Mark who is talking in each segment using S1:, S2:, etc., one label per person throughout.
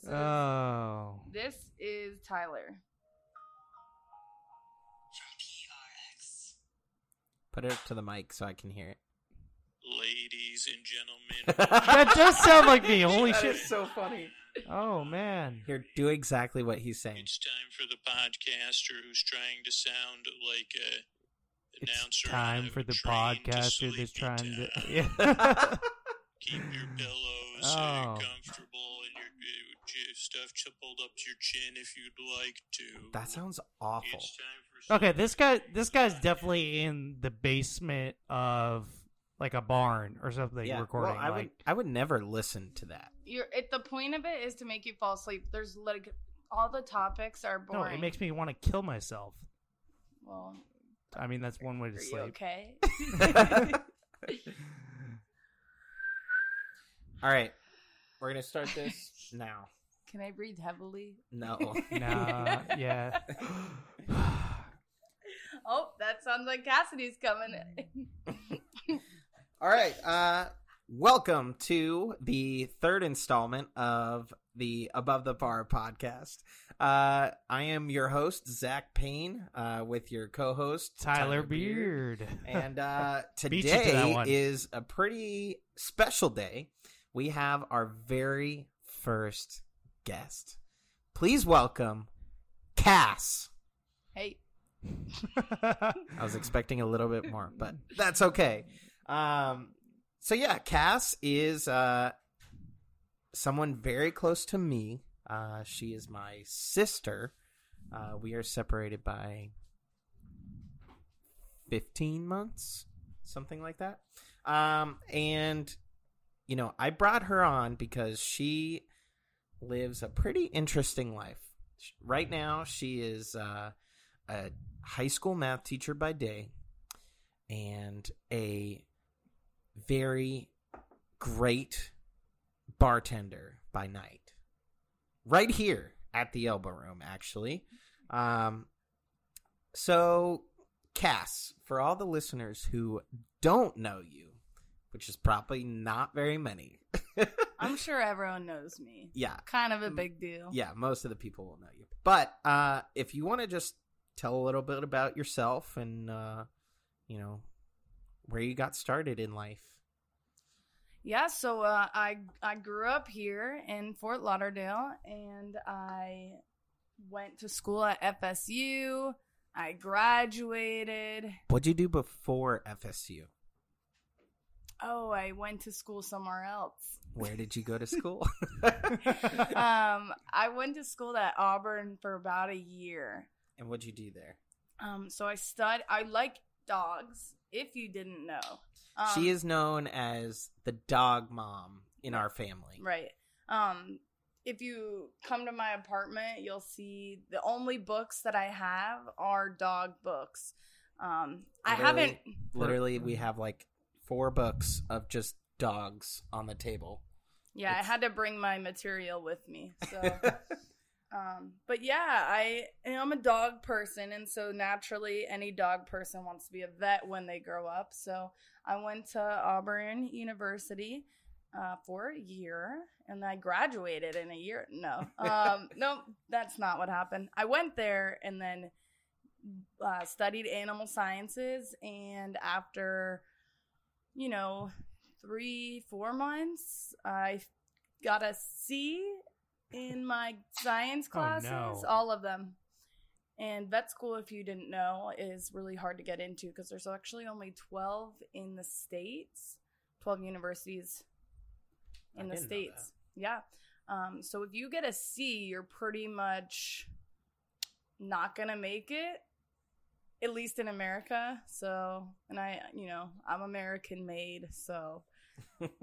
S1: So
S2: oh.
S1: this is Tyler.
S3: Put it up to the mic so I can hear it.
S4: Ladies and gentlemen,
S2: That does sound like me. Holy
S5: That
S2: shit.
S5: is so funny.
S2: Oh, man.
S3: Here, do exactly what he's saying.
S4: it's time for the podcaster who's trying to sound like a
S2: It's
S4: announcer. on
S2: time
S4: a
S2: for the
S4: train to
S2: podcaster that's
S4: Sleepy
S2: trying to.
S4: Town.
S2: Yeah.
S4: keep your pillows uh,
S2: Oh.
S4: comfortable and your, uh, your stuff pulled up to your chin if you'd like to.
S3: That sounds awful.
S4: It's time for some
S2: okay, this guy. This guy's definitely in the basement of like a barn or something
S3: Yeah,
S2: recording.
S3: well, I
S2: like,
S3: would I would never listen to that.
S1: You're at the point of it is to make you fall asleep. There's like all the topics are
S2: no,
S1: boring.
S2: it makes me want to kill myself.
S1: well.
S2: I mean, that's one way to
S1: Are
S2: sleep.
S1: you okay?
S3: All right, we're gonna start this now.
S1: Can I breathe heavily?
S3: No,
S2: Nah, yeah.
S1: Oh, that sounds like Cassidy's coming.
S3: All right. Uh, welcome to the third installment of the Above the Bar podcast. Uh, I am your host, Zach Payne, uh, with your co host,
S2: Tyler Beard.
S3: And uh,
S2: Beat you to that
S3: today
S2: one.
S3: is a pretty special day. We have our very first guest. Please welcome Cass.
S1: hey,
S3: I was expecting a little bit more, but that's okay. Um, so yeah, Cass is uh, someone very close to me. Uh, she is my sister. Uh, we are separated by fifteen months, something like that. Um, and you know, I brought her on because she lives a pretty interesting life. Sh- Right now, she is uh, a high school math teacher by day and a very great bartender by night. Right here at the Elbow Room, actually. Um, so, Cass, for all the listeners who don't know you, which is probably not very many.
S1: I'm sure everyone knows me.
S3: yeah,
S1: Kind
S2: Mm,
S1: of a big deal.
S3: yeah, most of the people will know you. But uh, if you want to just tell a little bit about yourself and uh, you know where you got started in life,
S1: Yeah, so uh, I I grew up here in Fort Lauderdale, and I went to school at FSU. I graduated.
S3: what'd you do before FSU?
S1: Oh, I went to school somewhere else.
S3: Where did you go to school?
S1: um, I went to school at Auburn for about a year.
S3: and what'd you do there?
S1: Um, so I stud. I like dogs. If you didn't know, um,
S3: she is known as the dog mom in our family.
S1: Right. Um, if you come to my apartment, you'll see the only books that I have are dog books. Um, I
S3: Literally.
S1: haven't.
S3: Literally,
S1: Mm-hmm.
S3: we have like four books of just dogs on the table.
S1: Yeah, I
S3: It's-
S1: had to bring my material with me. So, um, but yeah, I am a dog person, and so naturally, any dog person wants to be a vet when they grow up. So, I went to Auburn University uh, for a year, and I graduated in a year. No, um, no, that's not what happened. I went there and then uh, studied animal sciences, and after, you know, three, four months, I got a C in my science
S2: Oh, no.
S1: classes, all of them. And vet school, if you didn't know, is really hard to get into because there's actually only 12 in the States, 12 universities
S3: I
S1: in the
S3: didn't know that.
S1: States. Yeah. Um, so if you get a C, you're pretty much not going to make it, at least in America. So, and I, you know, I'm American made. So,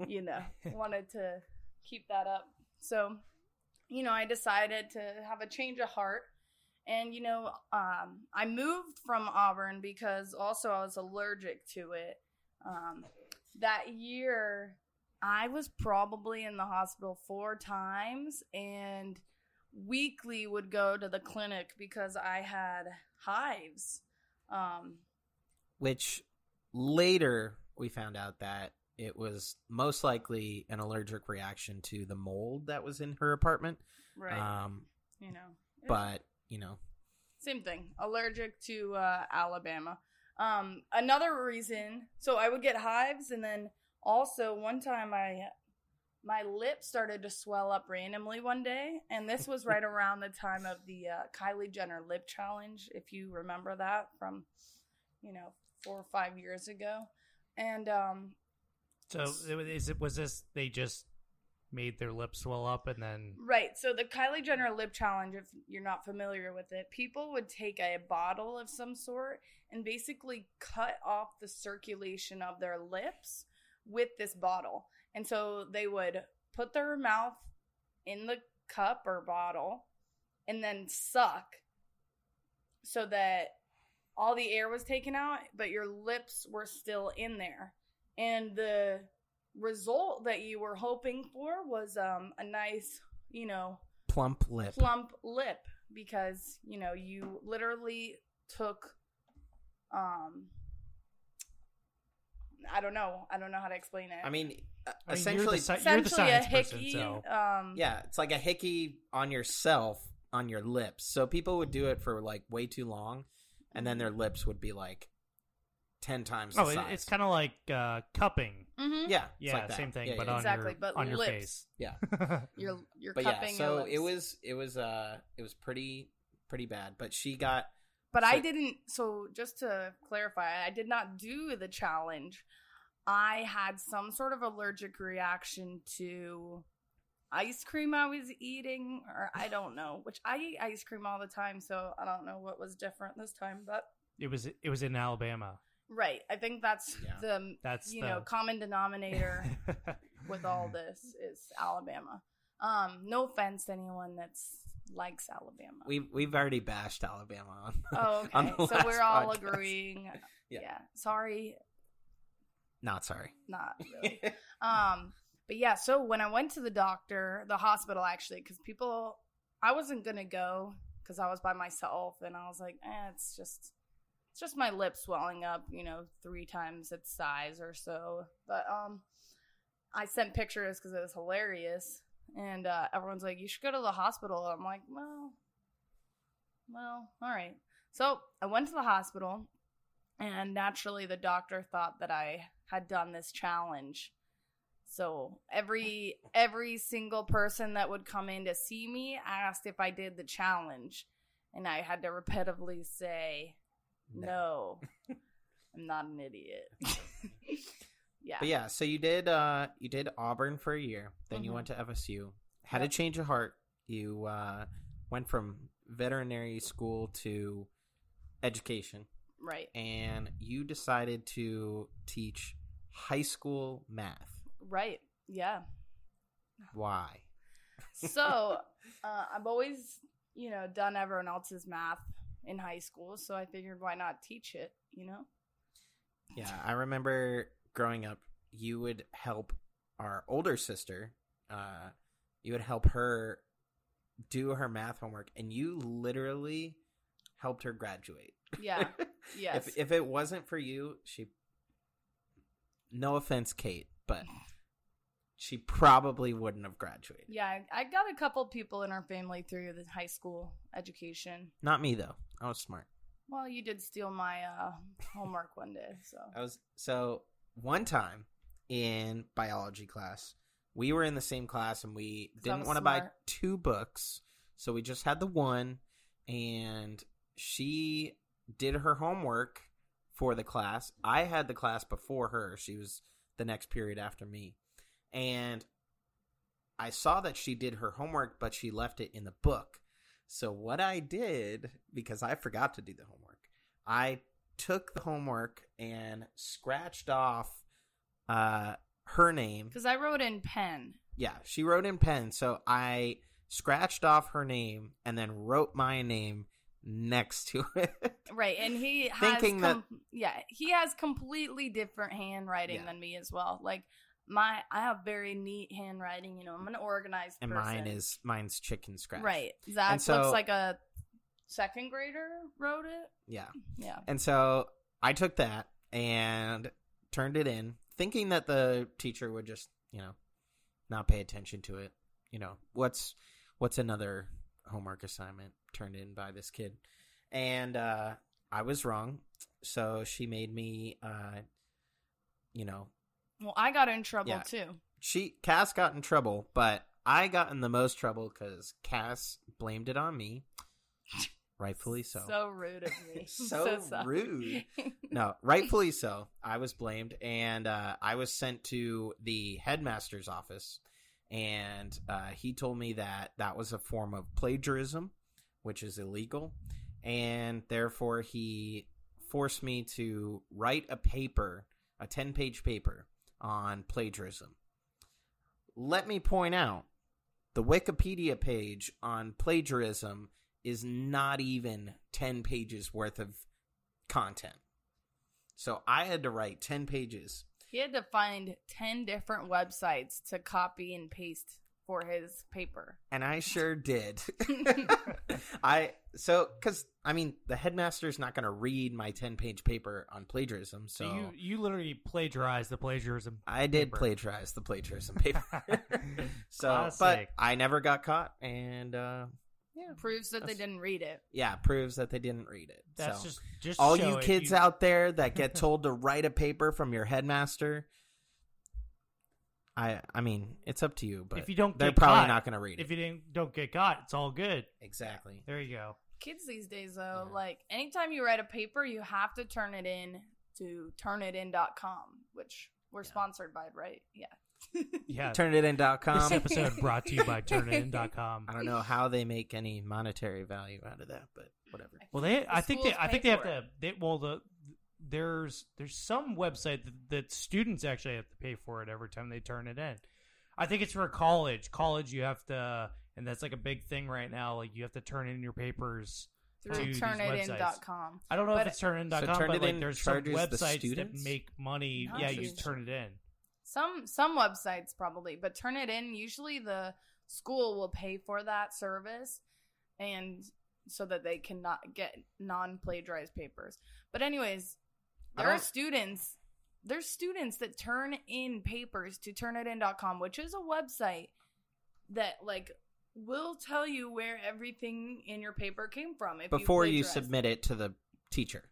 S1: you know, wanted to keep that up. So, you know, I decided to have a change of heart. And, you know, um, I moved from Auburn because also I was allergic to it. Um, that year, I was probably in the hospital four times and weekly would go to the clinic because I had hives. Um,
S3: which later we found out that it was most likely an allergic reaction to the mold that was in her apartment.
S1: right?
S3: Um,
S1: you know, Yeah.
S3: but you know,
S1: same thing. Allergic to uh, Alabama. Um, another reason. So I would get hives, and then also one time I, my lip started to swell up randomly one day, and this was right around the time of the uh, Kylie Jenner lip challenge, if you remember that from, you know, four or five years ago, and um,
S2: So it was- is it was this they just made their lips swell up and then
S1: Right. So the Kylie Jenner lip challenge, if you're not familiar with it, people would take a bottle of some sort and basically cut off the circulation of their lips with this bottle. And so they would put their mouth in the cup or bottle and then suck so that all the air was taken out, but your lips were still in there. And the result that you were hoping for was um, a nice, you know,
S3: plump lip.
S1: plump lip because, you know, you literally took, um, I don't know. I don't know how to explain it.
S3: I mean,
S2: I
S3: uh,
S2: mean, you're
S3: essentially,
S2: the, sci- you're the
S1: essentially a
S2: science
S1: hickey.
S2: person, so
S1: um,
S3: yeah, it's like a hickey on yourself on your lips. So people would do it for like way too long, and then their lips would be like ten times. The
S2: oh, it,
S3: size.
S2: it's kind of like uh, cupping.
S1: mhm.
S3: yeah, it's
S2: Yeah,
S3: like that.
S2: same thing,
S3: Yeah,
S2: but
S3: yeah,
S2: on
S3: yeah.
S1: Exactly,
S2: your
S1: but
S2: on your
S1: lips.
S2: face.
S3: Yeah.
S1: You're, you're
S3: but yeah,
S1: cupping your
S3: so
S1: lips.
S3: it was it was uh it was pretty pretty bad. But she got
S1: But I
S3: So-
S1: didn't. So just to clarify, I did not do the challenge. I had some sort of allergic reaction to ice cream I was eating, or I don't know. Which I eat ice cream all the time, so I don't know what was different this time. But
S2: it was it was in Alabama.
S1: right, I think that's
S3: Yeah.
S1: the
S2: That's
S1: you
S2: the...
S1: know common denominator with all this is Alabama. Um, no offense to anyone that's likes Alabama.
S3: we we've already bashed Alabama on.
S1: oh,
S3: on
S1: okay.
S3: the
S1: So we're
S3: last
S1: all
S3: podcast.
S1: agreeing.
S3: Yeah.
S1: yeah. Sorry,
S3: Not sorry.
S1: not really. um, but yeah, so when I went to the doctor, the hospital actually, because people, I wasn't gonna go because I was by myself, and I was like, eh, it's just, it's just my lip swelling up, you know, three times its size or so. But um, I sent pictures because it was hilarious, and uh, everyone's like, you should go to the hospital. I'm like, well, well, all right. So I went to the hospital, and naturally, the doctor thought that I had done this challenge. So every every single person that would come in to see me asked if I did the challenge, and I had to repetitively say, "No, I'm not an idiot." yeah,
S3: But yeah, so you did uh you did Auburn for a year, then you
S1: Mhm.
S3: went to FSU. Had
S1: Yep.
S3: a change of heart. You uh went from veterinary school to education
S1: right,
S3: and you decided to teach high school math.
S1: right, yeah.
S3: Why?
S1: so uh, I've always, you know, done everyone else's math in high school, so I figured why not teach it, you know?
S3: Yeah, I remember growing up, you would help our older sister. Uh, you would help her do her math homework, and you literally helped her graduate.
S1: Yeah. Yes.
S3: if if it wasn't for you, she. No offense, Kate, but she probably wouldn't have graduated.
S1: yeah, I, I got a couple people in our family through the high school education.
S3: Not me though. I was smart.
S1: Well, you did steal my uh, homework one day, so
S3: I was so one time in biology class, we were in the same class and we
S1: 'Cause I
S3: didn't
S1: was
S3: want to buy
S1: smart.
S3: two books, so we just had the one and she did her homework for the class. I had the class before her. She was the next period after me. And I saw that she did her homework, but she left it in the book. So what I did, because I forgot to do the homework, I took the homework and scratched off uh her name.
S1: because I wrote in pen.
S3: Yeah, she wrote in pen, so I scratched off her name and then wrote my name next to it.
S1: Right, and he has
S3: Thinking that-
S1: com- yeah, he has completely different handwriting
S3: Yeah.
S1: than me as well. Like my I have very neat handwriting, you know, I'm an organized
S3: and
S1: person.
S3: mine is mine's chicken scratch.
S1: Right. Zach looks
S3: so-
S1: like a second grader wrote it.
S3: Yeah.
S1: Yeah.
S3: And so I took that and turned it in thinking that the teacher would just, you know, not pay attention to it. You know, what's what's another homework assignment turned in by this kid? And uh I was wrong. So she made me uh you know,
S1: Well, I got in trouble
S3: Yeah.
S1: too.
S3: she Cass got in trouble, but I got in the most trouble cuz Cass blamed it on me. Rightfully so.
S1: So rude of me. I'm
S3: So
S1: sorry.
S3: rude. No, rightfully so. I was blamed, and uh, I was sent to the headmaster's office, and uh, he told me that that was a form of plagiarism, which is illegal, and therefore he forced me to write a paper, a ten-page paper on plagiarism. Let me point out, the Wikipedia page on plagiarism is not even ten pages worth of content. So I had to write 10 pages.
S1: he had to find 10 different websites to copy and paste for his paper.
S3: And I sure did. I, so, cause I mean, the headmaster's not going to read my 10 page paper on plagiarism. So
S2: So you you literally plagiarized the plagiarism.
S3: I did
S2: paper.
S3: plagiarize the plagiarism paper. so,
S2: Classic.
S3: but I never got caught. And, uh,
S1: Proves that they
S3: That's-
S1: didn't read it.
S3: yeah, proves that they didn't read it.
S2: That's
S3: so.
S2: just just
S3: all
S2: show
S3: you
S2: it.
S3: kids out there that get told to write a paper from your headmaster, I I mean it's up to you, but
S2: If you don't
S3: they're
S2: get
S3: probably
S2: caught,
S3: not going to read
S2: If
S3: it.
S2: you didn't don't get caught, it's all good.
S3: exactly.
S2: There you go.
S1: Kids these days, though,
S3: Yeah.
S1: like anytime you write a paper, you have to turn it in to turnitin.com, which we're
S3: Yeah.
S1: sponsored by, right? Yeah.
S2: Yeah. this
S3: Turnitin.com.
S2: episode brought to you by turnitin.com.
S3: I don't know how they make any monetary value out of that, but whatever.
S2: Well, they
S1: The
S2: I think they
S1: schools
S2: I
S1: pay
S2: think they have
S1: for
S2: to
S1: it.
S2: they, well the there's there's some website that, that students actually have to pay for it every time they turn it in. I think it's for college. College you have to and that's like a big thing right now like you have to turn in your papers. To
S1: Through
S2: these
S1: turnitin.com.
S2: I don't know
S1: But-
S2: if it's turnitin.com
S3: So
S2: but like
S3: Turnitin
S2: there's some
S3: charges the
S2: websites that
S3: students?
S2: make money.
S1: Not
S2: yeah, you
S1: students.
S2: turn it in.
S1: Some some websites probably, but Turnitin usually the school will pay for that service, and so that they cannot get non-plagiarized papers. But anyways,
S3: I
S1: there are
S3: don't-
S1: students. There's students that turn in papers to Turnitin.com, which is a website that like will tell you where everything in your paper came from if
S3: Before you
S1: plagiarized.
S3: submit it to the teacher.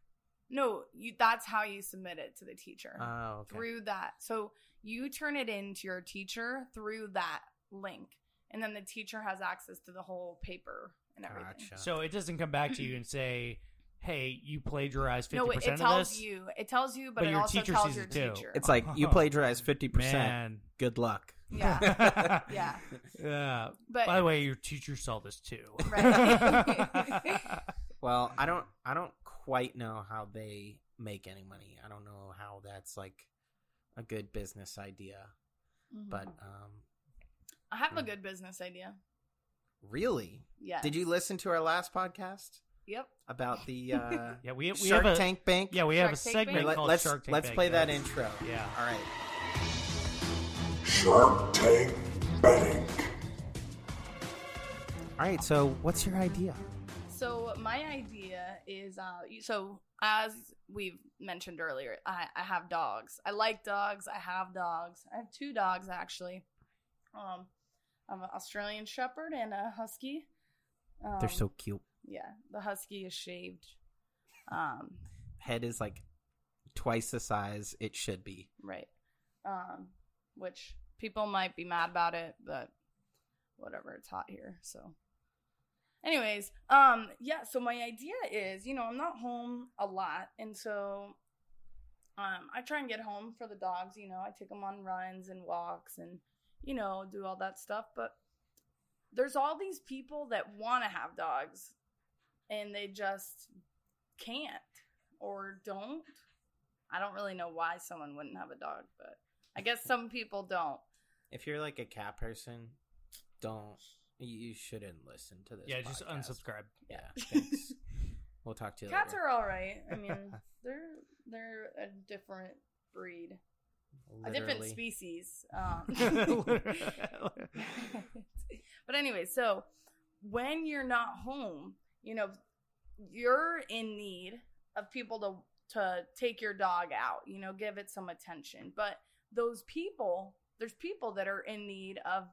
S1: No, you, that's how you submit it to the teacher
S3: Oh, okay.
S1: through that. So you turn it in to your teacher through that link, and then the teacher has access to the whole paper and everything.
S3: Gotcha.
S2: So it doesn't come back to you and say, "Hey, you plagiarized 50%
S1: No, it, it
S2: of
S1: tells
S2: this."
S1: you. It tells you, but,
S2: But
S1: it
S2: your
S1: also
S2: teacher
S1: tells
S2: sees
S1: your
S2: it too.
S1: teacher.
S3: it's like you plagiarized 50%.
S2: Man.
S3: Good luck.
S1: yeah, yeah.
S2: Yeah.
S1: But
S2: By the way, your teacher saw this too.
S1: Right.
S3: Well, I don't I don't quite know how they make any money. I don't know how that's like a good business idea,
S1: Mhm.
S3: but um
S1: I have a
S2: Hmm.
S1: good business idea.
S3: really,
S1: Yeah.
S3: did you listen to our last podcast
S1: Yep.
S3: about the uh
S2: yeah, we, we
S3: Shark
S2: have a
S3: Tank Bank?
S2: yeah we have a
S1: Shark Tank
S2: segment
S1: Bank?
S3: Let,
S2: called
S3: us
S2: Shark Tank.
S3: let's
S2: Bank.
S3: play that intro.
S2: Yeah.
S3: All right.
S5: Shark Tank Bank.
S3: All right. So, what's your idea?
S1: So my idea is, uh, you- so as we've mentioned earlier, I, I have dogs. I like dogs. I have dogs. I have two dogs actually. Um, I'm an Australian Shepherd and a Husky. Um,
S3: They're so cute.
S1: yeah. The Husky is shaved. Um,
S3: Head is like twice the size it should be.
S1: right. Um, which people might be mad about it, but whatever, it's hot here, so. Anyways, um, yeah, so my idea is, you know, I'm not home a lot, and so um I try and get home for the dogs, you know, I take them on runs and walks and, you know, do all that stuff, but there's all these people that want to have dogs and they just can't or don't. I don't really know why someone wouldn't have a dog, but I guess some people don't.
S3: If you're like a cat person, don't you shouldn't listen to this.
S2: Yeah, just
S3: podcast.
S2: unsubscribe.
S3: Yeah. Thanks. we'll talk to you
S1: Cats
S3: later.
S1: are all right. I mean, they're they're a different breed, a different
S3: Literally.
S1: species. Um, but anyway, so when you're not home, you know, you're in need of people to to take your dog out, you know, give it some attention. But those people, there's people that are in need of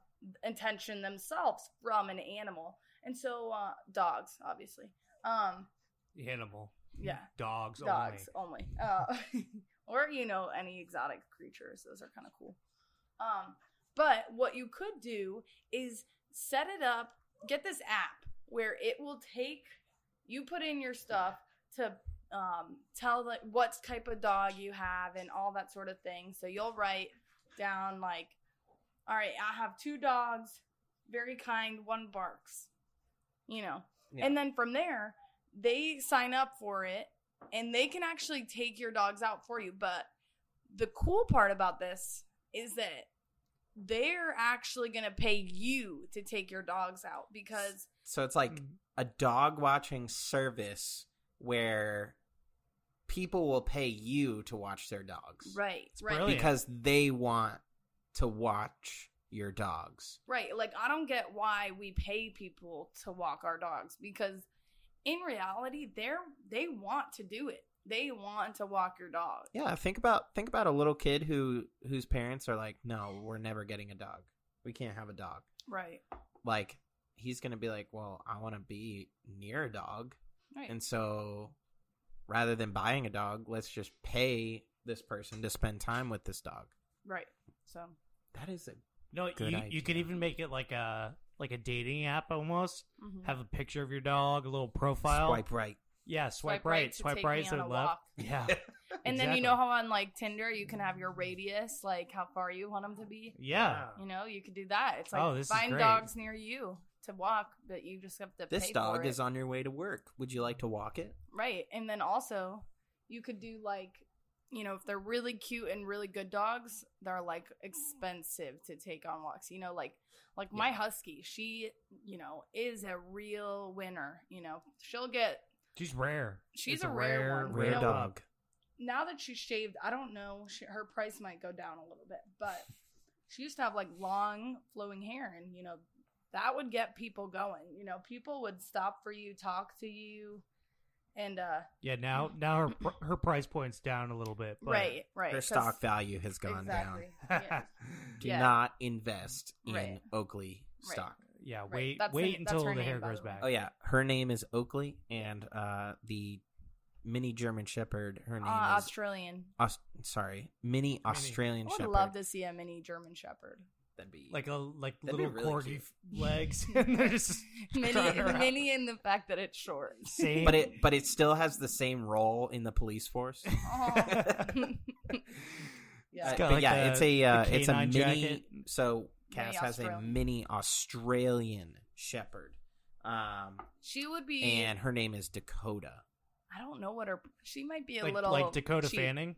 S1: attention themselves from an animal. And so uh, dogs, obviously. Um,
S2: Animal.
S1: Yeah.
S2: Dogs.
S1: dogs
S2: Only.
S1: only, Uh, or you know any exotic creatures those are kind of cool um but what you could do is set it up get this app where it will take you put in your stuff to um, tell like what type of dog you have and all that sort of thing so you'll write down like all right i have two dogs very kind one barks you know
S3: Yeah.
S1: and then from there they sign up for it and they can actually take your dogs out for you. But the cool part about this is that they're actually going to pay you to take your dogs out because
S3: So it's
S1: Mm.
S3: like a dog watching service where people will pay you to watch their dogs.
S1: right, right,
S2: brilliant.
S3: Because they want to watch your dogs.
S1: right. Like I don't get why we pay people to walk our dogs because in reality they're they want to do it. They want to walk your dog.
S3: Yeah, think about think about a little kid who whose parents are like, "No, we're never getting a dog. We can't have a dog."
S1: Right.
S3: Like he's going to be like, "Well, I want to be near a dog."
S1: Right.
S3: And so rather than buying a dog, let's just pay this person to spend time with this dog.
S1: right. So
S3: That is a
S2: No,
S3: Good
S2: you,
S3: idea.
S2: you could even make it like a like a dating app almost.
S1: mhm.
S2: Have a picture of your dog, a little profile.
S3: swipe right.
S2: Yeah, swipe,
S1: Swipe right
S2: right,
S1: to
S2: swipe
S1: take
S2: right,
S1: me
S2: so
S1: on a
S2: left.
S1: walk.
S2: Yeah,
S1: And then you
S2: Exactly.
S1: know how on like Tinder you can have your radius, like how far you want them to be.
S2: yeah.
S1: You know, you could do that. It's like
S2: Oh, this is
S1: find
S2: great.
S1: dogs near you to walk, but you just have to
S3: This
S1: pay for
S3: dog
S1: it.
S3: is on your way to work. Would you like to walk it?
S1: right. And then also, you could do like, you know, if they're really cute and really good dogs, they're like expensive to take on walks. You know, like like my husky, she you know is a real winner. You know, she'll get
S2: She's rare.
S1: She's
S2: It's
S1: a rare one.
S3: Rare
S1: know
S3: dog.
S1: now that she's shaved, I don't know. She, her price might go down a little bit, but she used to have like long flowing hair, and you know that would get people going. You know, people would stop for you, talk to you, and uh,
S2: Yeah, now now her pr- her price point's down a little bit. But
S1: right, right,
S3: Her
S1: 'cause-
S3: stock value has gone
S1: exactly.
S2: yeah,
S1: yeah. Uh,
S3: down. Do
S1: Yeah.
S3: not invest in
S1: Right.
S3: Oakley
S1: Right.
S3: stock.
S1: Right,
S2: wait
S1: that's the-
S2: wait
S1: that's
S2: until
S1: her
S2: the
S1: name,
S2: hair
S1: by
S2: grows
S1: the way.
S2: back.
S3: Oh yeah, her name is Oakley, and uh, the mini German Shepherd. Her
S1: Uh,
S3: name is
S1: Australian.
S3: Aus- sorry, mini Australian
S1: I would
S3: Shepherd.
S1: love to see a mini German Shepherd.
S3: That'd be
S2: Like a like
S3: That'd be
S2: little
S3: really
S2: corgi
S3: cute.
S2: f- legs and they're just
S1: Mini,
S2: running around.
S1: mini, in the fact that it's short.
S2: Same.
S3: but it but it still has the same role in the police force.
S1: Oh. yeah.
S3: Uh,
S2: got
S3: but
S2: like
S3: yeah,
S2: the-
S3: it's a uh,
S2: the
S3: it's a mini.
S2: canine jacket.
S3: So Cass
S1: Mini
S3: has a
S1: Australian.
S3: mini Australian Shepherd, um,
S1: she would be.
S3: and her name is Dakota.
S1: I don't know what her. She might be a
S2: like,
S1: little
S2: like Dakota
S1: cheap.
S2: Fanning.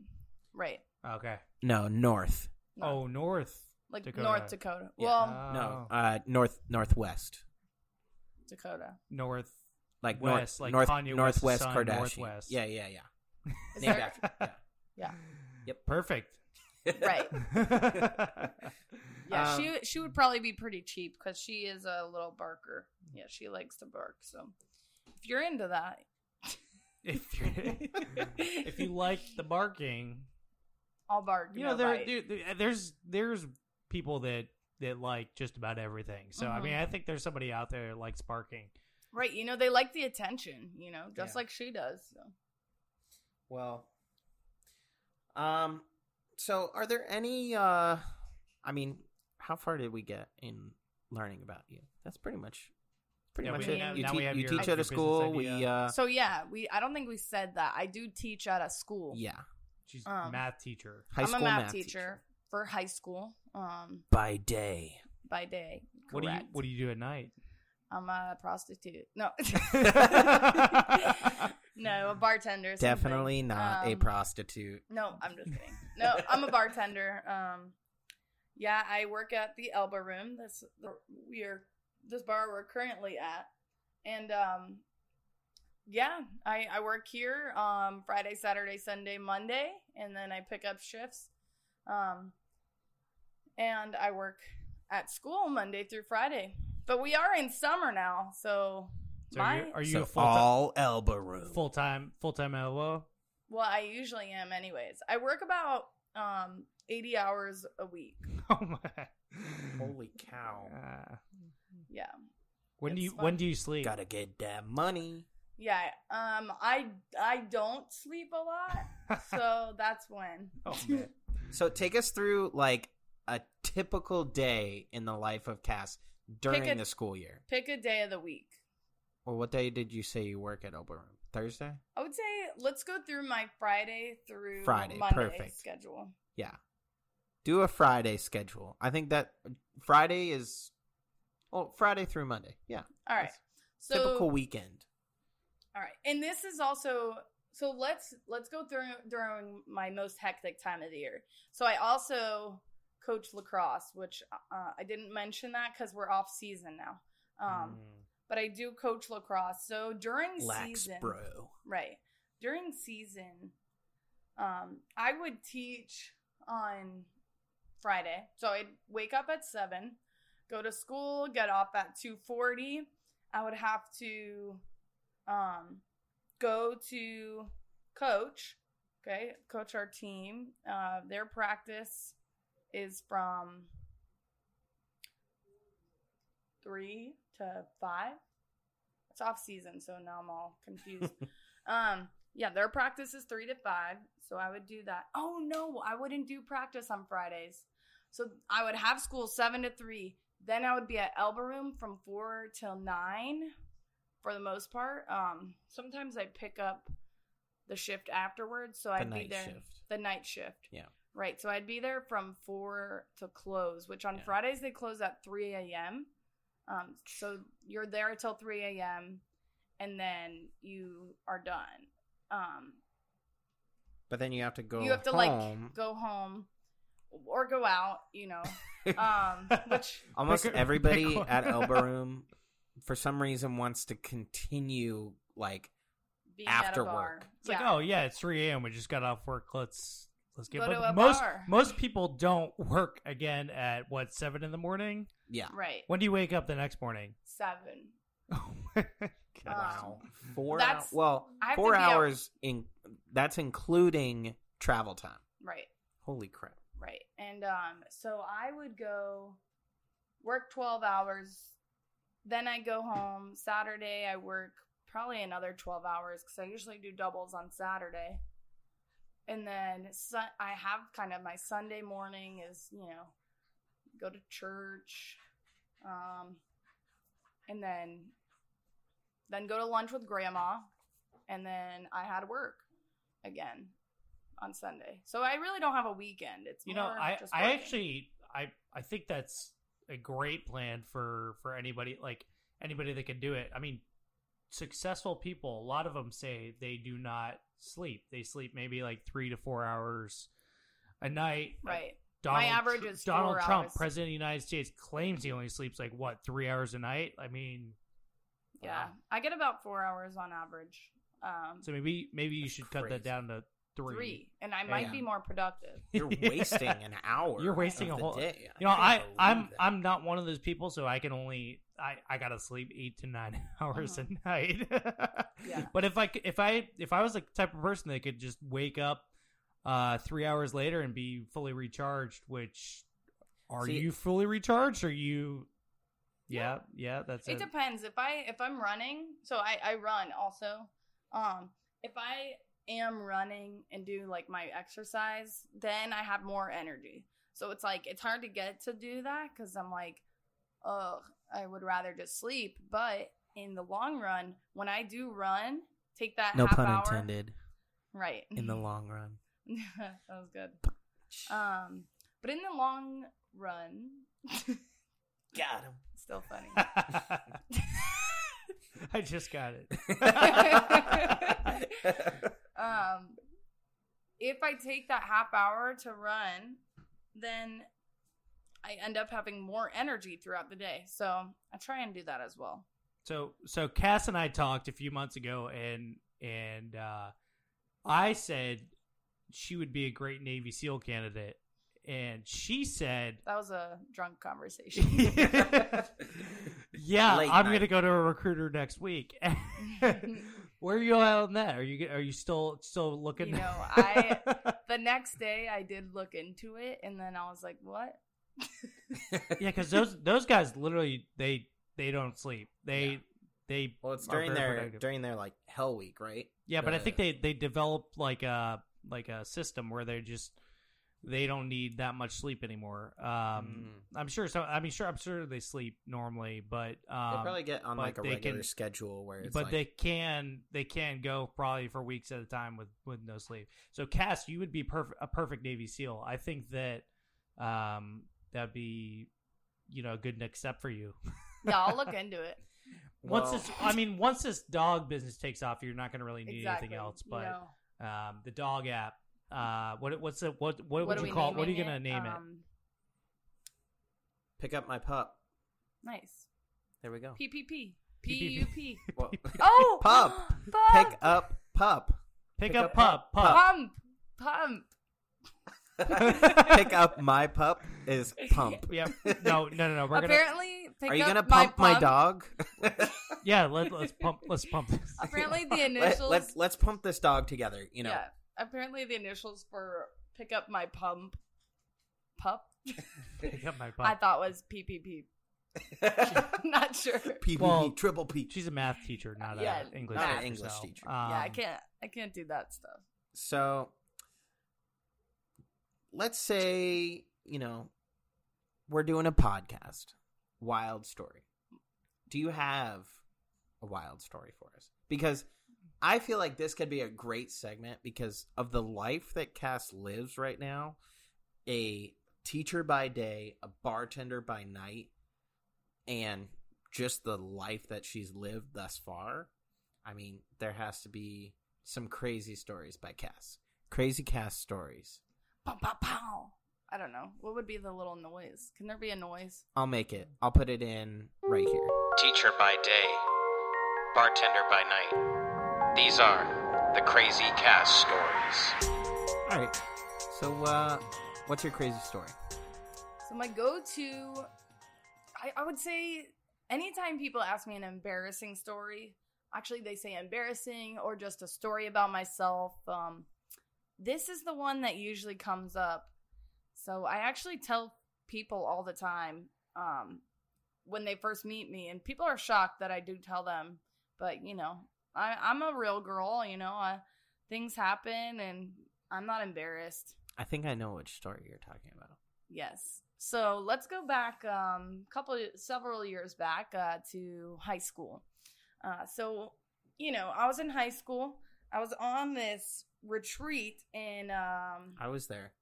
S1: right?
S2: Okay.
S3: No, North.
S1: No. Um,
S2: Oh, North.
S1: like
S2: Dakota.
S1: North Dakota.
S3: Yeah.
S1: Well,
S3: No,
S2: Oh.
S3: uh, North Northwest.
S1: Dakota.
S2: North.
S3: Like
S2: West,
S3: North
S2: like
S3: North
S2: Kanye West's
S3: Northwest
S2: son,
S3: Kardashian.
S2: Northwest.
S3: Yeah, yeah, yeah.
S1: Is
S3: Named
S1: there-
S3: after.
S1: Yeah.
S3: Yep.
S2: Perfect.
S1: right. Yeah,
S3: Um,
S1: she she would probably be pretty cheap because she is a little barker. Yeah, she likes to bark. So if you're into that,
S2: if you if you like the barking,
S1: I'll bark.
S2: you know
S1: no
S2: there,
S1: bite.
S2: there there- there's there's people that that like just about everything. So I
S1: Mhm.
S2: mean, I think there's somebody out there that likes barking.
S1: right? You know they like the attention. You know, just
S3: Yeah.
S1: like she does. So.
S3: Well, um, so are there any? uh I mean, how far did we get in learning about you? That's pretty much, pretty
S2: Yeah,
S3: much
S1: we-
S3: it.
S1: now-
S3: you
S2: now
S3: te-
S2: we have
S3: you
S2: your-
S3: teach
S2: your
S3: at
S2: business
S3: a school. We
S2: idea.
S3: uh,
S1: so yeah, we I don't think we said that. I do teach at a school.
S3: yeah,
S2: She's
S1: Um,
S2: math teacher.
S3: high
S1: I'm
S3: school
S1: a math, teacher, for high school. Um,
S3: by day.
S1: by day. Correct.
S2: What do you what do you do at night?
S1: I'm a prostitute. No.
S2: That's
S1: No, a bartender. or something.
S3: Definitely not a
S1: Um,
S3: prostitute.
S1: No, I'm just kidding. No, I'm a bartender. Um, yeah, I work at the Elba Room. That's the, we are this bar we're currently at, and um, yeah, I I work here um Friday, Saturday, Sunday, Monday, and then I pick up shifts. Um, and I work at school Monday through Friday. But we are in summer now, so,
S2: So
S1: my
S2: you're, are you
S3: So
S2: a full
S3: all elbow room.
S2: full time full time LO?
S1: Well, I usually am anyways. I work about um 80 hours a week.
S2: Oh my.
S3: Holy cow.
S2: Uh,
S1: Yeah.
S2: when do
S1: It's
S2: you
S1: fun.
S2: when do you sleep?
S3: Gotta get that money.
S1: Yeah. Um I I don't sleep a lot, so that's when.
S2: oh man.
S3: So take us through like a typical day in the life of Cass during
S1: a-
S3: the school year.
S1: Pick a day of the week.
S3: Well, what day did you say you work at Oberlin? Thursday?
S1: I would say let's go through my Friday through
S3: Friday,
S1: Monday
S3: perfect.
S1: schedule.
S3: Yeah. Do a Friday schedule. I think that Friday is oh Friday through Monday. Yeah.
S1: All right.
S3: That's
S1: So
S3: typical weekend.
S1: All right. And this is also so let's let's go through during my most hectic time of the year. So I also coach lacrosse, which uh, I didn't mention that because we're off season now. Um, But I do coach lacrosse. So during
S3: Mm. Lax
S1: season,
S3: bro.
S1: right? During season, um, I would teach on Friday. So I'd wake up at seven, go to school, get off at two forty. I would have to um, go to coach. Okay, coach our team. Uh, their practice is from three to five. It's off season, so now I'm all confused. um, yeah, their practice is three to five, so I would do that. Oh no, I wouldn't do practice on Fridays. So I would have school seven to three. Then I would be at Elba Room from four till nine, for the most part. Um, sometimes I pick up the shift afterwards, so
S3: The
S1: I'd be
S3: night
S1: there
S3: shift.
S1: the night shift.
S3: Yeah.
S1: Right. So I'd be there from four to close, which on
S3: Yeah.
S1: Fridays they close at 3 a.m. Um, so you're there till 3 a.m. and then you are done. Um,
S3: But then you have to go
S1: you have to
S3: home.
S1: like go home or go out, you know. Um, which
S3: Almost
S2: Mm. Pick a- pick
S3: everybody
S2: one.
S3: at Elba Room for some reason wants to continue like
S1: being
S3: After
S1: at a bar.
S3: work.
S2: It's like, oh yeah, it's three a.m. We just got off work. Let's let's get.
S1: Go
S2: but
S1: to a
S2: most
S1: bar.
S2: most people don't work again at what seven in the morning.
S3: yeah.
S1: right.
S2: When do you wake up the next morning?
S1: Seven.
S2: Oh my
S1: Um,
S2: God.
S3: Four
S1: That's-
S3: hours. Well,
S1: I have to
S3: four
S1: be out-
S3: hours in that's including travel time.
S1: Right.
S3: Holy crap.
S1: Right. And um so I would go work 12 hours. Then I go home. Saturday I work probably another 12 hours cuz I usually do doubles on Saturday. And then su- I have kind of my Sunday morning is, you know, go to church. Um and then then go to lunch with grandma and then I had work again on Sunday. So I really don't have a weekend. It's
S2: you know
S1: more
S2: i
S1: just
S2: i
S1: working.
S2: actually i i think that's a great plan for for anybody like anybody that can do it i mean successful people a lot of them say they do not sleep they sleep maybe like three to four hours a night Like,
S1: right. My average
S2: Tru-
S1: is
S2: donald
S1: four
S2: trump
S1: hours.
S2: president of the united states claims he only sleeps like what three hours a night i mean
S1: Yeah, I get about four hours on average. Um,
S2: so maybe maybe you
S3: That's
S2: should cut
S3: crazy.
S2: that down to three,
S1: three. and I might
S3: Yeah.
S1: be more productive.
S3: You're
S2: Yeah.
S3: wasting an hour.
S2: You're wasting
S3: of
S2: a
S3: the
S2: whole-
S3: day.
S2: You know, I,
S3: can't
S2: I'm
S3: believe that.
S2: I'm not one of those people, so I can only I, I gotta sleep eight to nine hours a night.
S1: Uh-huh. Yeah.
S2: But if I c- if I if I was the type of person that could just wake up uh three hours later and be fully recharged, which are
S3: See-
S2: you fully recharged? Are you? Yeah, yeah, that's
S1: It
S2: it.
S1: depends if I if I'm running. So I I run also. Um, if I am running and do like my exercise, then I have more energy. So it's like it's hard to get to do that because I'm like, oh, I would rather just sleep. But in the long run, when I do run, take that
S3: no
S1: half
S3: pun
S1: hour,
S3: intended.
S1: Right
S3: In
S2: Mm.
S3: the long run.
S1: that was good.
S2: Uh,
S1: Um, but in the long run,
S3: Got him.
S1: still funny.
S2: I just got it.
S1: Um, if I take that half hour to run, then I end up having more energy throughout the day. So I try and do that as well.
S2: So so Cass and I talked a few months ago and and uh I said she would be a great Navy SEAL candidate and she said
S1: That was a drunk conversation.
S2: Yeah,
S3: Late
S2: I'm
S3: night.
S2: going to go to a recruiter next week. Where are you at on that? Are you are you still still looking?
S1: You know, I- The next day, I did look into it, and then I was like, "What?
S2: yeah, because those those guys literally they they don't sleep. They
S3: Yeah.
S2: they
S3: Well, it's
S2: are
S3: during
S2: very
S3: their
S2: productive.
S3: during their like Hell Week, right?
S2: yeah, but I think
S3: the-
S2: they they develop like a like a system where they're just they don't need that much sleep anymore. Um,
S3: Mm.
S2: I'm sure some. I mean, sure, I'm sure they sleep normally, but
S3: they
S2: um,
S3: probably get on
S2: but
S3: like a
S2: they
S3: regular
S2: can-
S3: schedule where it's
S2: but
S3: like,
S2: they can they can go probably for weeks at a time with with no sleep. So Cass, you would be perfect a perfect Navy SEAL. I think that um that'd be you know a good next step for you.
S1: Yeah, I'll look into it."
S2: Once
S3: well,
S2: this, I mean, once this dog business takes off, you're not going to really need
S1: exactly.
S2: anything else.
S1: you
S2: But
S1: know.
S2: um, the dog app, uh, what what's it? What what,
S1: What
S2: would
S1: are
S2: you
S1: we
S2: call? it? What are you
S1: naming
S2: going to name it?
S1: Um,
S3: pick up my pup.
S1: Nice.
S3: There we go.
S1: PPP.
S2: PPP.
S1: PUP.
S3: Well,
S1: Oh,
S3: Pup.
S1: Pup.
S3: pick up pup.
S2: Pick up pup pup.
S1: Pump. Pump.
S3: pick up my pup is pump.
S2: Yeah, no, no, no, no. We're gonna
S1: Apparently, pick
S3: Are you
S1: up
S3: gonna
S1: my
S3: pump my
S1: pump.
S3: dog?
S2: yeah. Let, let's pump. Let's pump this.
S1: Apparently, the
S3: Let,
S1: initials.
S3: let's let's pump this dog together. You know,
S1: Yeah. Apparently, the initials for pick up my pump. Pup.
S2: Pick up my
S1: I
S2: pup.
S1: thought was PPP. Not sure.
S3: PPP,
S2: Well,
S3: triple P.
S2: She's a math teacher, not
S1: Yeah,
S2: an English
S1: not an
S2: teacher.
S3: English
S2: so,
S3: teacher.
S1: yeah, I
S2: um,
S1: can't. I can't do that stuff.
S3: So let's say, you know, we're doing a podcast, wild story. Do you have a wild story for us? Because I feel like this could be a great segment because of the life that Cass lives right now a teacher by day, a bartender by night, and just the life that she's lived thus far. I mean, there has to be some crazy stories by Cass. Crazy Cass stories.
S1: Pow, pow, pow. I don't know. What would be the little noise? Can there be a noise?
S3: I'll make it. I'll put it in right here.
S6: Teacher by day, bartender by night. These are the crazy cast stories.
S3: All right. So, uh, what's your crazy story?
S1: So my go-to, I, I would say, anytime people ask me an embarrassing story, actually they say embarrassing or just a story about myself. Um, this is the one that usually comes up. So I actually tell people all the time um, when they first meet me, and people are shocked that I do tell them. But you know, I, I'm a real girl. You know, I, things happen, and I'm not embarrassed.
S3: I think I know which story you're talking about.
S1: Yes. So let's go back um, couple several years back uh, to high school. Uh, so you know, I was in high school. I was on this retreat, and um,
S3: I was there.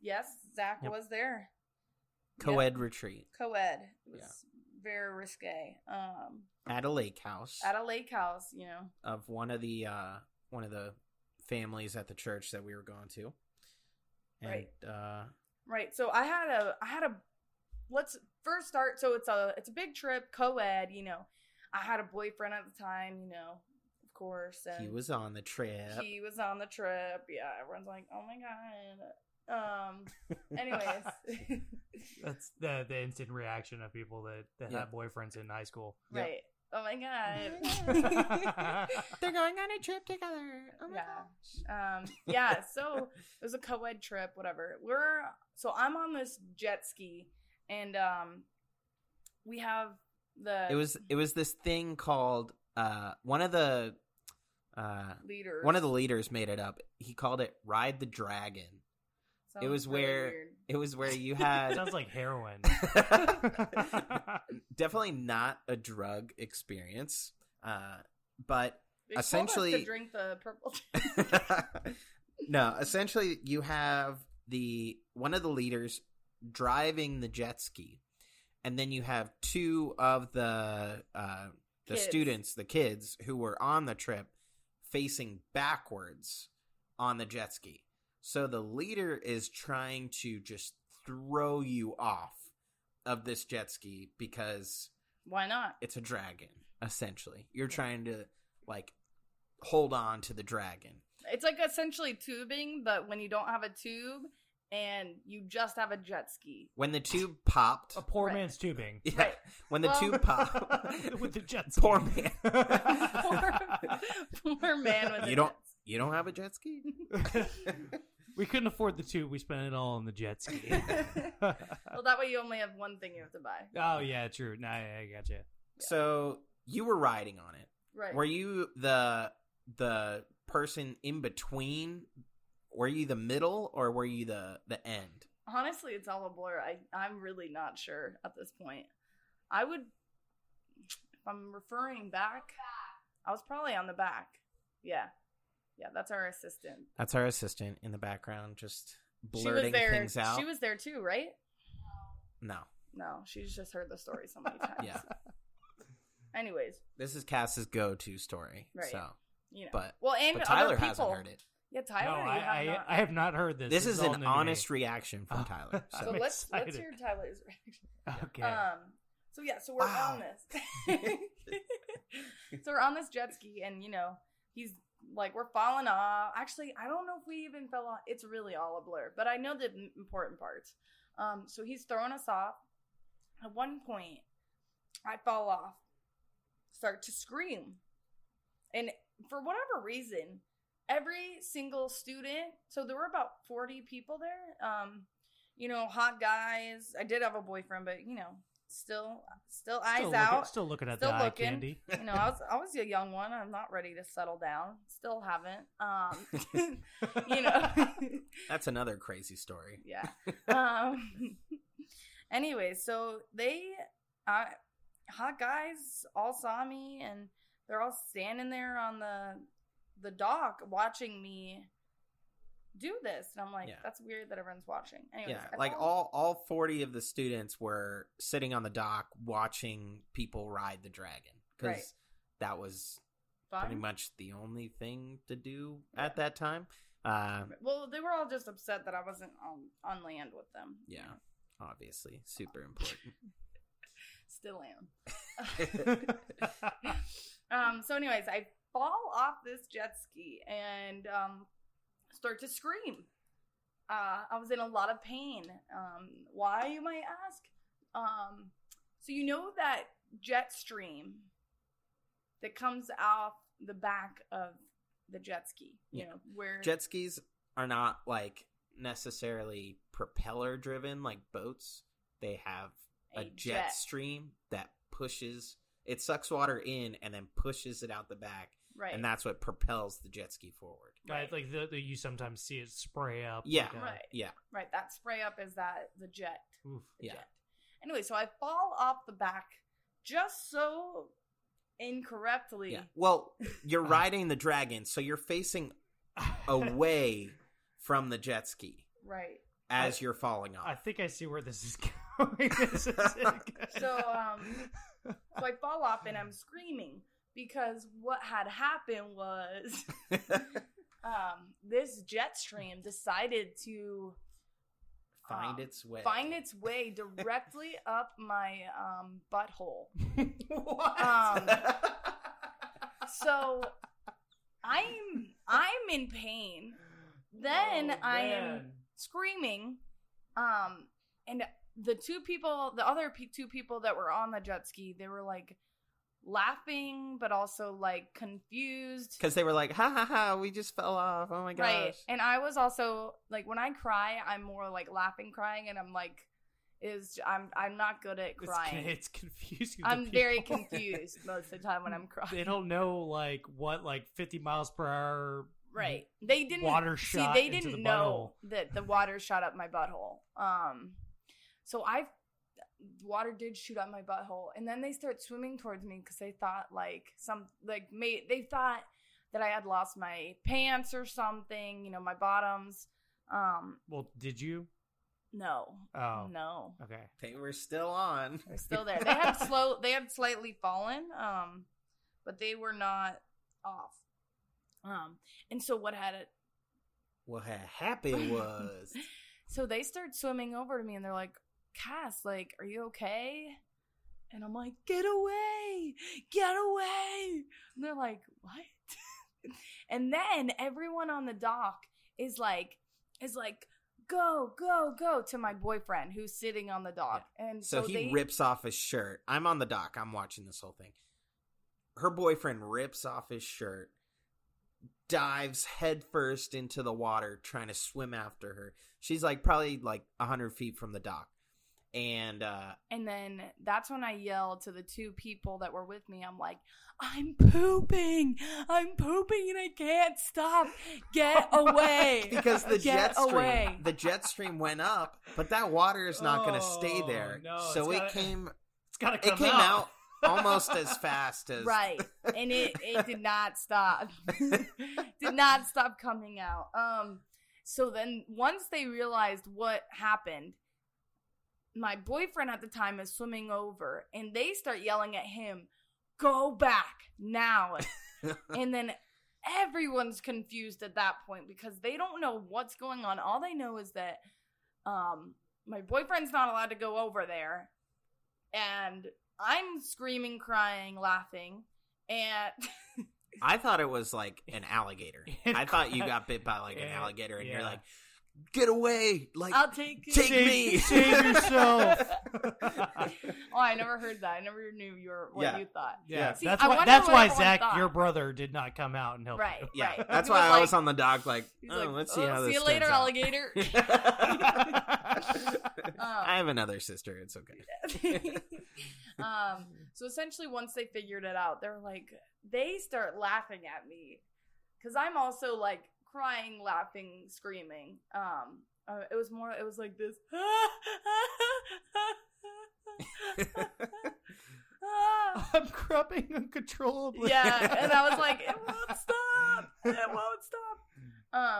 S1: yes, Zach
S3: Yep.
S1: was there.
S3: Co
S1: Yep,
S3: ed retreat
S1: co-ed. It was
S3: Yeah.
S1: very risque. Um,
S3: at a lake house
S1: at a lake house, you know.
S3: of one of the uh, one of the families at the church that we were going to. And,
S1: Right.
S3: Uh,
S1: Right. So I had a I had a let's first start so it's a it's a big trip, co-ed, you know. I had a boyfriend at the time, you know, of course. And
S3: he was on the trip.
S1: He was on the trip. Yeah, everyone's like, "Oh my god." Um. Anyways,
S2: That's the the instant reaction of people that that
S3: Yeah.
S2: have boyfriends in high school.
S3: Yep.
S1: right. Oh my god.
S2: That's
S3: They're going on a trip together. Oh my
S1: Yeah.
S3: gosh.
S1: um. Yeah. So it was a co-ed trip. Whatever. We're so I'm on this jet ski, and um, we have the
S3: It was it was this thing called uh, one of the uh,
S1: leaders.
S3: one of the leaders made it up. He called it Ride the Dragon.
S1: Sounds
S3: was
S1: really
S3: where-
S1: weird.
S3: It was where you had
S2: Sounds like heroin.
S3: definitely not a drug experience, uh, but
S1: They told us
S3: essentially-
S1: to drink the purple.
S3: no, essentially you have the one of the leaders driving the jet ski, and then you have two of the uh, the
S1: Kids.
S3: students, the kids who were on the trip, facing backwards on the jet ski. So the leader is trying to just throw you off of this jet ski because
S1: Why not?
S3: it's a dragon. Essentially, you're trying to like hold on to the dragon.
S1: It's like essentially tubing, but when you don't have a tube and you just have a jet ski.
S3: when the tube popped.
S2: a poor
S1: Right.
S2: man's tubing.
S3: Yeah,
S1: Right.
S3: when the
S1: Well-
S3: tube popped.
S2: With the jets.
S3: Poor man.
S1: poor, Poor man with
S3: You
S1: a
S3: don't-
S1: jet
S3: You don't have a jet ski?
S2: we couldn't afford the tube. We spent it all on the jet ski.
S1: ski. Well, that way you only have one thing you have to buy.
S2: oh yeah, true. Nah, yeah, I gotcha.
S3: So you were riding on it.
S1: Right.
S3: Were you the the person in between? Were you the middle or were you the the end?
S1: Honestly, it's all a blur. I, I'm really not sure at this point. I would, if I'm referring back, I was probably on the back. Yeah. Yeah, that's our assistant.
S3: That's our assistant in the background, just
S1: she was
S3: blurting
S1: there.
S3: things out.
S1: She was there too, right?
S3: no,
S1: No, she's just heard the story so many times.
S3: yeah.
S1: Anyways,
S3: this is Cass's go-to story.
S1: Right.
S3: So,
S1: you know.
S3: but
S1: Well, and
S3: but
S1: other
S3: Tyler
S1: people.
S3: hasn't heard it.
S1: Yeah,
S2: No,
S1: Tyler,
S2: I,
S1: you have
S2: I,
S1: not.
S2: I have not heard this.
S3: This,
S2: This
S3: is
S2: all
S3: an
S2: new to me.
S3: honest reaction from
S2: Oh.
S3: Tyler.
S1: so
S3: So
S2: I'm
S1: let's let's
S2: excited.
S1: hear Tyler's reaction.
S2: Okay.
S1: Um, so yeah, so we're
S3: Wow.
S1: on this. so we're on this jet ski, and you know he's like we're falling off. Actually, I don't know if we even fell off. It's really all a blur, but I know the m- important parts. Um, so he's throwing us off. At one point, I fall off, start to scream, and for whatever reason, every single student. So there were about forty people there. Um, you know, hot guys. I did have a boyfriend, but you know, still, still eyes
S2: still
S1: out.
S2: Looking, still looking at
S1: Still
S2: the
S1: looking.
S2: eye candy.
S1: You know, I was I was a young one. I'm not ready to settle down. Still haven't. Um, you know.
S3: that's another crazy story.
S1: yeah. Um. anyway, so they, uh, hot guys, all saw me, and they're all standing there on the the dock watching me do this, and I'm like,
S3: Yeah.
S1: that's weird that everyone's watching. Anyways,
S3: Yeah,
S1: I
S3: like
S1: fall-
S3: all all 40 of the students were sitting on the dock watching people ride the dragon cuz
S1: Right.
S3: that was
S1: fun.
S3: pretty much the only thing to do at that time. Uh,
S1: Well, they were all just upset that I wasn't on, on land with them.
S3: yeah, obviously, super important.
S1: Still am. um, so, anyways, I fall off this jet ski and um, start to scream. Uh, I was in a lot of pain. Um, why, you might ask? Um, so, you know that jet stream that comes off the back of the jet ski, you
S3: Yeah.
S1: know, where
S3: Jet skis are not like necessarily propeller driven like boats. They have a, jet, stream that pushes it sucks water in and then pushes it out the back
S1: right.
S3: and that's what propels the jet ski forward.
S2: Right, like the, the, you sometimes see it spray up.
S3: Yeah.
S2: like uh, a-
S1: Right.
S3: Yeah.
S1: Right, that spray up is that the jet.
S2: oof.
S1: The
S3: Yeah.
S1: jet. Anyway, so I fall off the back just so incorrectly.
S3: Yeah. Well, you're
S2: Uh.
S3: riding the dragon, so you're facing away from the jet ski
S1: Right.
S3: as you're falling off.
S2: I think I see where this is going. This is it.
S1: So, um, So I fall off and I'm screaming because what had happened was um, this jet stream decided to
S3: Find
S1: um,
S3: its way.
S1: find its way directly up my um, butthole.
S3: what?
S1: Um, So I'm I'm in pain. Then
S2: Oh,
S1: I am
S2: man.
S1: screaming. Um, and the two people, the other pe two people that were on the jet ski, they were like laughing, but also like confused.
S3: Because they were like, ha ha ha, we just fell off. Oh my gosh.
S1: Right. And I was also like, when I cry, I'm more like laughing, crying, and I'm like, is I'm I'm not good at
S2: It's,
S1: crying.
S2: it's confusing. to
S1: I'm very
S2: people.
S1: confused most of the time when I'm crying.
S2: They don't know like what like 50 miles per hour.
S1: Right. They didn't
S2: water
S1: see.
S2: shot
S1: They
S2: into
S1: didn't
S2: the
S1: know that the water shot up my butthole. Um, so I, water did shoot up my butthole, and then they start swimming towards me because they thought like some like mate. They thought that I had lost my pants or something. You know, my bottoms. Um,
S2: Well, did you?
S1: no,
S2: Oh,
S1: no,
S2: okay.
S3: They were still on.
S1: they're still there. They had slow. They had slightly fallen. Um, but they were not off. Um, and so what had it
S3: What had happened was.
S1: So they start swimming over to me and they're like, Cass, like, are you okay? And I'm like, get away, get away. And they're like, what? and then everyone on the dock is like, is like, go, go, go to my boyfriend who's sitting on the dock. And
S3: So,
S1: so,
S3: he
S1: they,
S3: rips off his shirt. I'm on the dock. I'm watching this whole thing. Her boyfriend rips off his shirt dives headfirst into the water trying to swim after her. She's like probably like 100 feet from the dock. And uh,
S1: And then that's when I yelled to the two people that were with me. I'm like, I'm pooping. I'm pooping and I can't stop. Get
S3: Oh
S1: away.
S3: because the
S1: Get
S3: jet stream
S1: away.
S3: the jet stream went up, but that water is not going to stay
S2: Oh,
S3: there.
S2: no,
S3: so
S2: it's
S3: it
S2: gotta-
S3: came
S2: It's gotta come
S3: it came out
S2: out.
S3: almost as fast as
S1: Right. And it, it did not stop. did not stop coming out. Um so then once they realized what happened, my boyfriend at the time is swimming over and they start yelling at him, "Go back now." and then everyone's confused at that point because they don't know what's going on. All they know is that um my boyfriend's not allowed to go over there and I'm screaming, crying, laughing, and
S3: I thought it was like an alligator. I thought you got bit by like an
S2: Yeah,
S3: alligator and you're
S2: yeah.
S3: like get away like
S1: I'll take you.
S3: Take
S2: Save-
S3: me.
S2: Save yourself.
S1: Oh, I never heard that. I never knew you were what
S3: Yeah.
S1: you thought.
S2: yeah,
S1: See,
S2: that's
S1: I
S2: why.
S1: wonder
S2: That's
S1: what
S2: why
S1: everyone
S2: Zach,
S1: thought.
S2: your brother, did not come out and help. you.
S1: Right.
S3: yeah,
S1: right.
S3: that's
S1: He
S3: why
S1: was
S3: I
S1: like-
S3: was on the dock like,
S1: He's
S3: oh,
S1: like,
S3: let's see
S1: "Oh,
S3: how this
S1: See you later,
S3: turns out."
S1: alligator.
S3: I have another sister. It's okay.
S1: um, so essentially, once they figured it out, they're like, they start laughing at me because I'm also like crying, laughing, screaming. Um, uh, it was more, it was like this.
S2: I'm crapping uncontrollably.
S1: yeah, and I was like, it won't stop. It won't stop.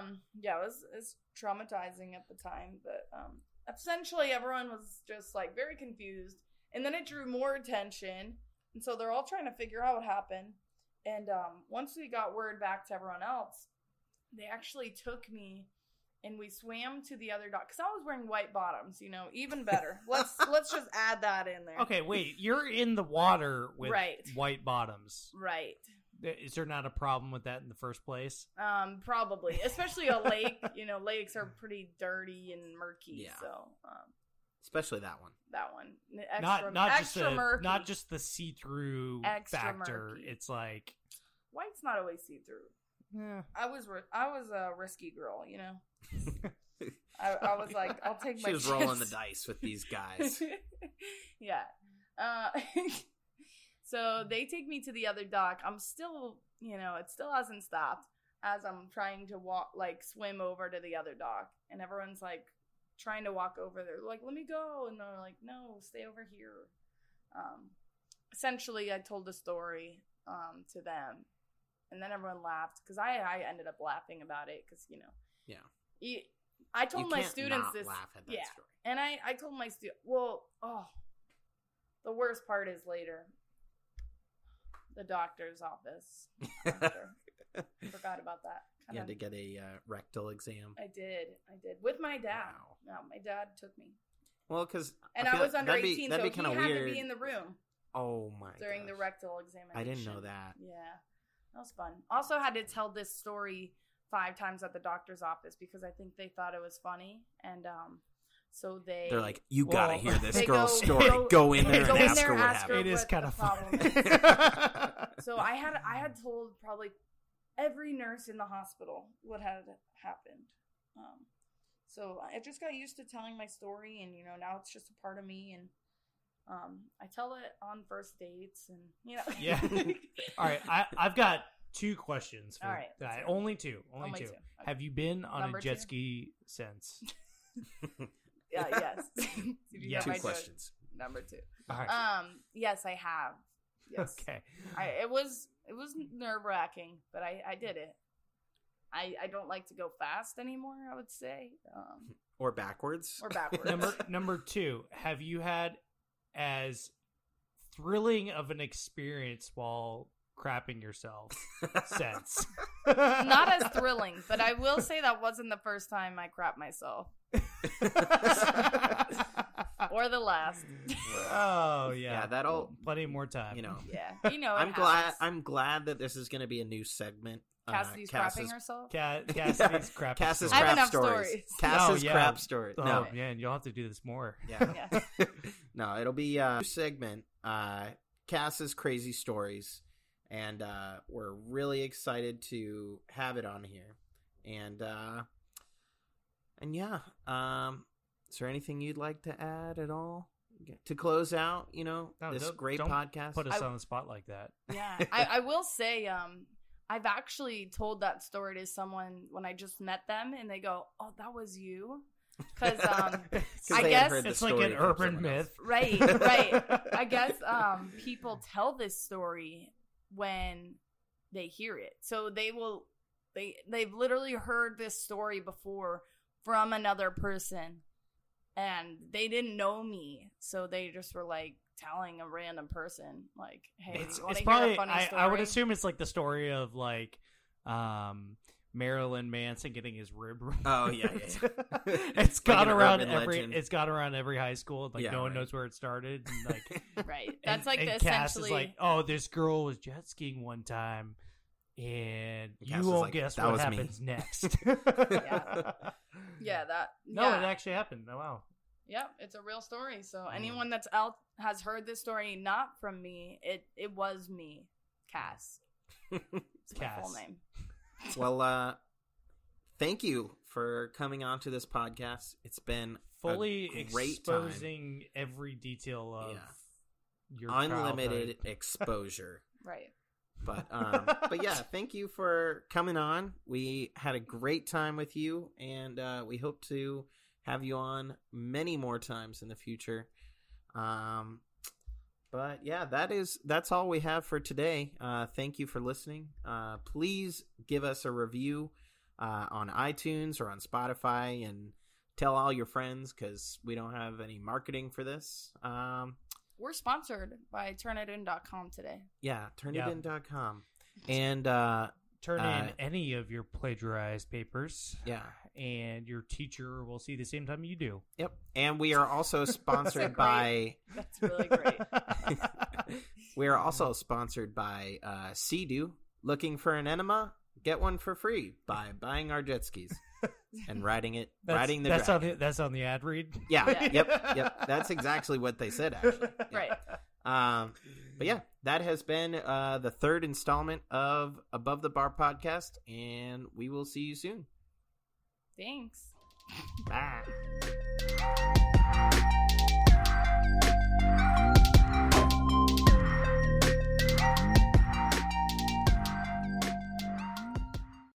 S1: Um, yeah, it was it's traumatizing at the time, but um, essentially everyone was just like very confused, and then it drew more attention, and so they're all trying to figure out what happened. And um, once we got word back to everyone else, they actually took me. And we swam to the other dock because I was wearing white bottoms, you know, even better. Let's let's just add that in there.
S2: Okay, wait. You're in the water with
S1: Right.
S2: white bottoms.
S1: Right.
S2: Is there not a problem with that in the first place?
S1: Um, probably, especially a lake. You know, lakes are pretty dirty and murky.
S3: Yeah.
S1: So um,
S3: Especially that one.
S1: that one, The extra,
S2: not not
S1: extra
S2: just the,
S1: murky.
S2: not just the see through
S1: Extra
S2: factor.
S1: murky.
S2: It's like
S1: white's not always see through.
S2: eh,
S1: I was ri- I was a risky girl. You know, I, I was like, I'll take my.
S3: She was rolling the
S1: chances.
S3: dice with these guys.
S1: yeah. Uh, so they take me to the other dock. I'm still, you know, it still hasn't stopped as I'm trying to walk, like swim over to the other dock. And everyone's like trying to walk over there, like, let me go. And they're like, no, stay over here. Um, essentially, I told the story um, to them. And then everyone laughed because I, I ended up laughing about it because, you know.
S3: Yeah.
S1: You- I told
S3: you
S1: my
S3: can't
S1: students
S3: not
S1: this.
S3: laugh at that
S1: yeah.
S3: story.
S1: And I, I told my student, well, oh, the worst part is later. The doctor's office. After. Forgot about that.
S3: You had
S1: Kinda-
S3: to get a uh, rectal exam.
S1: I did. I did with my dad.
S3: Wow.
S1: No, my dad took me,
S3: Well, because
S1: and I, was under eighteen,
S3: that'd
S1: so
S3: be
S1: he
S3: kinda
S1: had
S3: weird.
S1: to be in the room
S3: oh my
S1: during the
S3: gosh.
S1: rectal examination.
S3: I didn't know that.
S1: Yeah, that was fun. Also, had to tell this story five times at the doctor's office because I think they thought it was funny, and um, so they
S3: They're like, you gotta
S2: Well,
S3: hear this
S1: they
S3: girl's
S1: go-
S3: story.
S1: go-
S3: Go, in
S2: they
S3: there
S2: go
S3: and
S2: in
S3: ask
S1: there,
S3: her what
S1: ask her
S3: happened.
S2: it is
S1: what
S2: kind
S1: the
S2: of
S1: problem
S2: fun.
S1: So I had I had told probably every nurse in the hospital what had happened. Um, so I just got used to telling my story, and you know now it's just a part of me, and um, I tell it on first dates, and you know.
S2: Yeah. All right, I, I've got two questions. For
S1: All right,
S2: that.
S1: let's hear it.
S2: Only two. Only,
S1: Only
S2: two.
S1: two. Okay.
S2: Have you been on
S1: Number
S2: a jet
S1: two.
S2: ski since?
S1: Yeah, yes. Did you
S2: Yeah.
S1: have my
S3: Two
S1: joke?
S3: questions.
S1: Number two.
S2: All right.
S1: Um. Yes, I have. Yes.
S2: Okay.
S1: I, it was it was nerve wracking, but I I did it. I I don't like to go fast anymore. I would say. Um,
S3: Or backwards.
S1: or backwards.
S2: number number two. Have you had as thrilling of an experience while crapping yourself since?
S1: Not as thrilling, but I will say that wasn't the first time I crapped myself or the last.
S2: oh yeah.
S3: yeah, that'll
S2: Plenty more time.
S3: you know.
S1: Yeah, you know. It
S3: I'm glad.
S1: happens.
S3: I'm glad that this is going to be a new segment. Uh,
S1: Cassidy's
S3: Cass's-
S1: crapping herself.
S2: Ca- Cassidy's crap.
S3: Cass's
S1: I have
S3: crap
S1: enough
S3: stories.
S1: stories.
S3: Cass's
S2: Oh, yeah.
S3: crap stories.
S2: Oh
S3: No,
S2: man, you'll have to do this more.
S3: yeah.
S1: Yeah.
S3: no, it'll be uh, a new segment. Uh, Cass's crazy stories, and uh, we're really excited to have it on here. And uh, and yeah, um, is there anything you'd like to add at all to close out? You know,
S2: No,
S3: this
S2: don't-
S3: great
S2: don't
S3: podcast.
S2: Put us
S1: I-
S2: on the spot like that.
S1: Yeah, I, I will say, um, I've actually told that story to someone when I just met them, and they go, "Oh, that was you," because um,
S3: 'Cause
S1: I
S3: they had
S1: guess-
S3: heard the
S2: It's like
S3: story
S2: an
S3: from
S2: urban
S3: someone else.
S2: myth.
S1: right, right. I guess um, people tell this story when they hear it, so they will they they've literally heard this story before from another person, and they didn't know me, so they just were like telling a random person, like, "Hey,
S2: It's,
S1: you want
S2: it's
S1: to hear
S2: probably.
S1: a funny
S2: I,
S1: story?"
S2: I would assume it's like the story of like um, Marilyn Manson getting his rib. removed.
S3: Oh, yeah, yeah,
S2: it's
S3: Like
S2: got
S3: an
S2: around
S3: urban
S2: every.
S3: legend.
S2: It's got around every high school. Like
S3: Yeah,
S2: no one
S3: right.
S2: knows where it started. And, like
S1: Right.
S2: and-
S1: That's like
S2: and
S1: the
S2: Cass
S1: essentially
S2: is like, oh, this girl was jet skiing one time, and
S3: Cass
S2: you
S3: is
S2: won't
S3: like,
S2: guess
S3: "That
S2: what
S3: was me."
S2: happens next.
S1: Yeah. Yeah, that
S2: No,
S1: yeah.
S2: it actually happened. Oh, wow.
S1: Yep, it's a real story. So
S3: Mm.
S1: anyone that's out has heard this story not from me, it it was me, Cass. It's my
S2: Cass.
S1: full name.
S3: well, uh, thank you for coming on to this podcast. It's been a
S2: Fully
S3: great time.
S2: exposing every detail of
S3: Yeah.
S2: your
S3: unlimited exposure.
S1: Right.
S3: But um, but yeah, thank you for coming on. We had a great time with you, and uh, we hope to have you on many more times in the future. Um, but yeah, that is that's all we have for today. Uh, thank you for listening. Uh, please give us a review uh, on iTunes or on Spotify, and tell all your friends because we don't have any marketing for this. Um,
S1: We're sponsored by turnitin.com today.
S2: Yeah.
S3: yeah, turnitin.com. And uh,
S2: Turn
S3: Uh,
S2: in any of your plagiarized papers,
S3: yeah.
S2: and your teacher will see the same time you do.
S3: Yep. And we are also sponsored by
S1: That's really great.
S3: we are also sponsored by uh Sea-Doo. Looking for an enema? Get one for free by buying our jet skis and riding it
S2: That's,
S3: riding the
S2: that's on
S3: dragon.
S2: the, that's on the ad read.
S3: yeah,
S1: Yeah.
S3: yep, yep. That's exactly what they said actually. Yeah.
S1: Right.
S3: Um but yeah, that has been uh the third installment of Above the Bar podcast and we will see you soon.
S1: Thanks.
S3: Bye.